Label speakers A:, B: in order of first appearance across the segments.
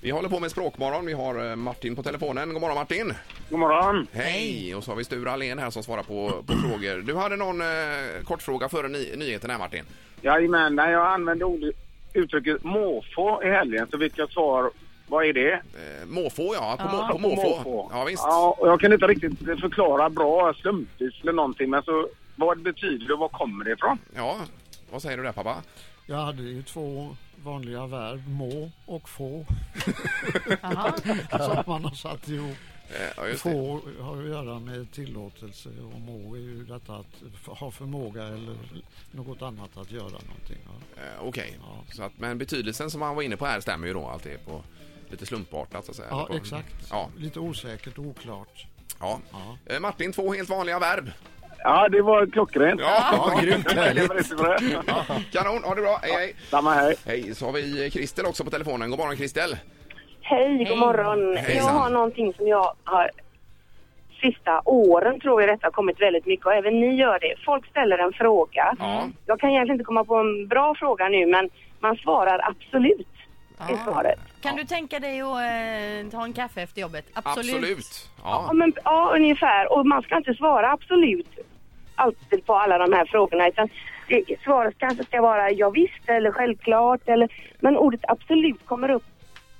A: Vi håller på med Språkmorgon. Vi har eh, Martin på telefonen. God morgon Martin!
B: God morgon.
A: Hej! Och så har vi Sture Allén här som svarar på, på frågor. Du hade någon eh, kortfråga före ny, nyheten här Martin.
B: Jajamän, när jag använde ord, uttrycket måfå i helgen så fick jag svar, vad är det?
A: Eh, måfå ja, på,
B: Ja,
A: må, på måfå. Ja visst.
B: Ja, och jag kan inte riktigt förklara bra slumpvis eller någonting men så vad betyder det och var kommer det ifrån?
A: Ja, vad säger du där pappa?
C: Jag hade ju två vanliga verb, må och få,
D: Jaha.
C: som man har satt ihop.
A: Eh, Ja, just det.
C: Få har ju att göra med tillåtelse och må är ju detta att f- ha förmåga eller något annat att göra någonting. Ja.
A: Eh, Okej.
C: Ja.
A: Så att Men betydelsen som han var inne på här stämmer ju då alltid på lite slumpartat så att säga. Eller
C: Ja,
A: på-
C: exakt.
A: Ja,
C: Lite osäkert och oklart.
A: ja.
C: Ja.
A: Eh, Martin, två helt vanliga verb.
B: Ja, det var klockrent.
A: Ja,
C: Ja, grymt
B: Det
C: härligt.
B: var riktigt bra.
A: Kanon, ha det bra. Hej, hej.
B: Samma här.
A: Hej, så har vi Kristel också på telefonen. God morgon Kristel.
E: Hej, god morgon.
A: Hejsan.
E: Jag har någonting som jag har sista åren tror jag detta har kommit väldigt mycket och även ni gör det. Folk ställer en fråga.
A: Ja.
E: Jag kan egentligen inte komma på en bra fråga nu men man svarar absolut i
A: Ah.
E: svaret.
D: Kan du tänka dig att eh, ta en kaffe efter jobbet? Absolut.
A: Absolut.
E: Ja,
A: Ja.
E: men, ja, ungefär. Och man ska inte svara absolut alltid på alla de här frågorna utan det, svaret kanske ska vara ja visst eller självklart eller men ordet absolut kommer upp.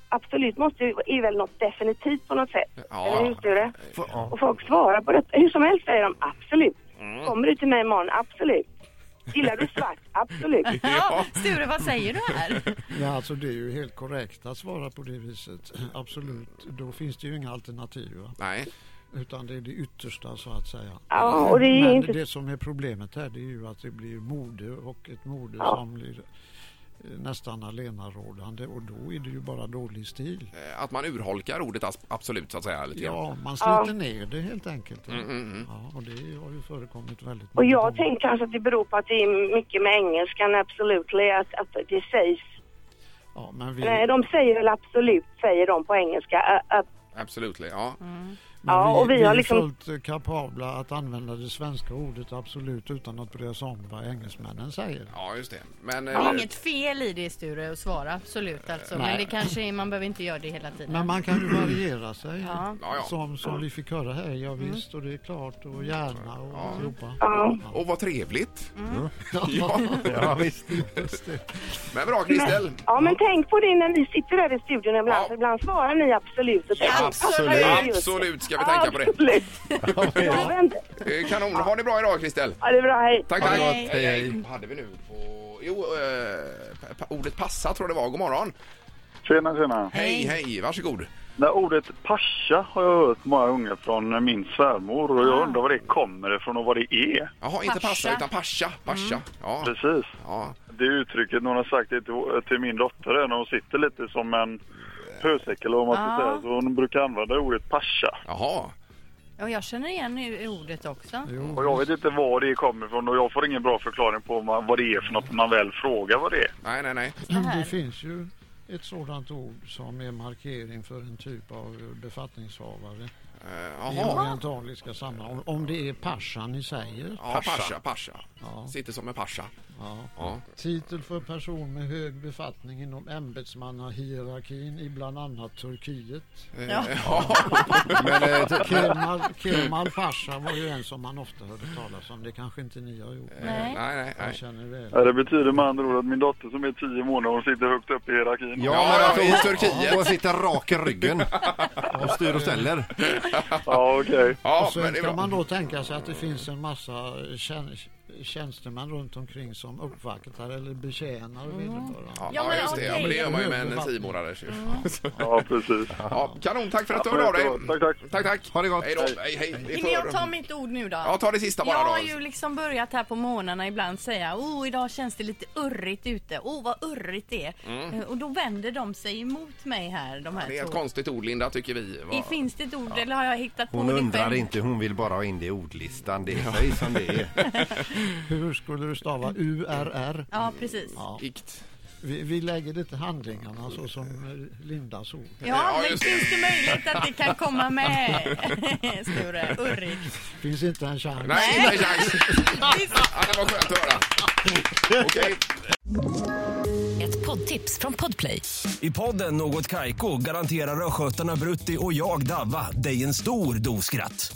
E: Absolut måste ju, är väl något definitivt på något sätt.
A: Ja.
E: Eller hur Sture?
C: Ja.
E: Och folk svarar på det. Hur som helst säger de absolut. Kommer du till mig imorgon? Absolut. Gillar du svart? Absolut.
A: Ja.
D: Sture, vad säger du här?
C: Ja, alltså det är ju helt korrekt att svara på det viset. Absolut, då finns det ju inga alternativ. Va?
A: Nej.
C: Utan det är det yttersta så att säga.
E: Ja, och det är
C: Men
E: inte-
C: det som är problemet här det är ju att det blir mode och ett mode som blir eh, nästan allenarådande och då är det ju bara dålig stil.
A: Eh, Att man urholkar ordet as- absolut så att säga. Lite. grann.
C: Ja, man sliter ner det helt enkelt. Ja, och det har ju förekommit väldigt
E: Och
C: många
E: jag
C: gånger.
E: tänker kanske att det beror på att det är mycket med engelskan absolutely. Att, att det sägs.
C: Ja, men vi,
A: Mm.
E: Nej, de säger väl absolut, säger de på engelska. Ä- att-
A: Absolut. Ja.
C: men
E: ja,
C: vi,
E: och vi
C: vi
E: har
C: är
E: liksom-
C: fullt eh, kapabla att använda det svenska ordet absolut utan att bry oss om vad engelsmännen säger.
A: ja, just det. Men,
D: Det
A: eh,
D: är inget fel i det Sture att svara absolut alltså. Men
C: Nej.
D: det kanske är, man behöver inte göra det hela tiden.
C: Men man kan ju variera sig.
D: Ja.
A: Ja, ja.
C: Som, som vi fick höra här, ja, visst och det är klart och gärna och alltihopa.
E: Ja.
A: Och vad trevligt.
C: Mm. Ja.
F: Ja, visst.
A: Men bra Kristel.
E: ja, men tänk på det när ni sitter där i studion ibland.
A: Ja.
E: För ibland svarar ni absolut. Och tänker,
F: Absolut.
E: "Passar det just det?"
A: Absolut ska vi tänka på det.
E: Absolut. Jag vänder.
A: Eh, Kanon. Ha det bra idag Kristel.
E: Ja, det är bra. Hej.
A: Tack,
F: Ha
A: tack.
F: det gott. Hej, hej.
A: Vad hade vi nu på... Jo, eh, pa- pa- ordet passa tror jag det var. God morgon.
B: Tjena, tjena.
A: Hej, hej. Varsågod.
B: Det ordet pascha har jag hört många gånger från min svärmor och jag undrar var det kommer ifrån och vad det är.
A: Jaha, inte
D: Pascha.
A: passa utan pascha. Pascha. Ja.
B: Precis.
A: ja.
B: Det uttrycket någon har sagt det till, till min dotter är när hon sitter lite som en hösäck eller vad man ska
D: Ja.
B: säga. Så hon brukar använda ordet pascha.
A: Jaha.
D: Och jag känner igen i- ordet också.
C: Jo.
B: Och jag vet inte var det kommer ifrån och jag får ingen bra förklaring på vad vad det är för något när man väl frågar vad det är.
A: Nej, nej, nej.
D: här.
C: Det finns ju ett sådant ord som är markering för en typ av befattningshavare
A: Eh,
C: i
A: Jaha.
C: orientaliska sammanhang. Om- Om det är pascha ni säger.
A: Ja, pascha, pascha.
C: Ja.
A: Sitter som en pascha.
C: Ja.
A: Ja.
C: Titel för person med hög befattning inom ämbetsmannahierarkin i bland annat Turkiet.
D: Ja.
A: Eh,
F: Men eh, t-
C: Kemal, Kemal Pasha var ju en som man ofta hörde talas om. Det kanske inte ni har gjort. men
D: Nej.
A: Nej, nej,
C: Jag
A: nej.
C: känner väl.
B: Ja, Det betyder med andra ord att min dotter som är tio månader hon sitter högt upp i hierarkin.
F: ja,
A: Ja,
F: men
A: ja,
F: alltså,
A: i
F: hon-
A: Turkiet.
F: Hon sitter rak i ryggen och styr och ställer.
B: Ja, okej.
A: Ja,
C: Och
A: men
C: sen
A: det är bra.
C: kan man då tänka sig att det finns en massa tjän tjänstemän runt omkring som uppvaktar eller betjänar vederbörande.
A: Ja,
D: Ja, men
A: just det. Ja,
D: okej.
A: men det gör man ju med en tiomånaders.
B: Ja, precis.
A: Ja, kanon, tack för att du
B: Ja,
A: hörde av dig.
B: jättebra. Tack, tack.
A: Tack, tack.
F: Ha det gott.
A: Hej då. Hej, hej. Vi
D: Hinner jag
A: får-
D: ta mitt ord nu då?
A: Ja, ta det sista bara
D: jag har
A: då.
D: ju liksom börjat här på morgnarna ibland säga oh idag känns det lite urrigt ute. Oh vad urrigt det är. Eh, Och då vänder de sig emot mig här de här
A: Mm. Det är ett
D: två.
A: konstigt ord, Linda, tycker vi. Vad-
D: Det finns det ett ord eller har jag hittat på
F: Hon
D: det
F: undrar
D: själv?
F: inte, hon vill bara ha in det i ordlistan. Det är som det är.
C: Hur skulle du stava URR?
D: Ja precis. Ja,
C: Ja,
A: Ikt.
C: vi, vi lägger lite handlingarna så som eh, Lindas ord.
A: Ja,
D: men
A: just det.
D: finns det möjlighet att det kan komma med? Sture, urrigt.
C: Finns inte en chans.
A: Nej, inte en chans. Ja, det var skönt att höra. Okej.
G: Ett poddtips från Podplay.
H: I podden Något Kaiko garanterar östgötarna Brutti och jag, Davva, dig en stor dos skratt.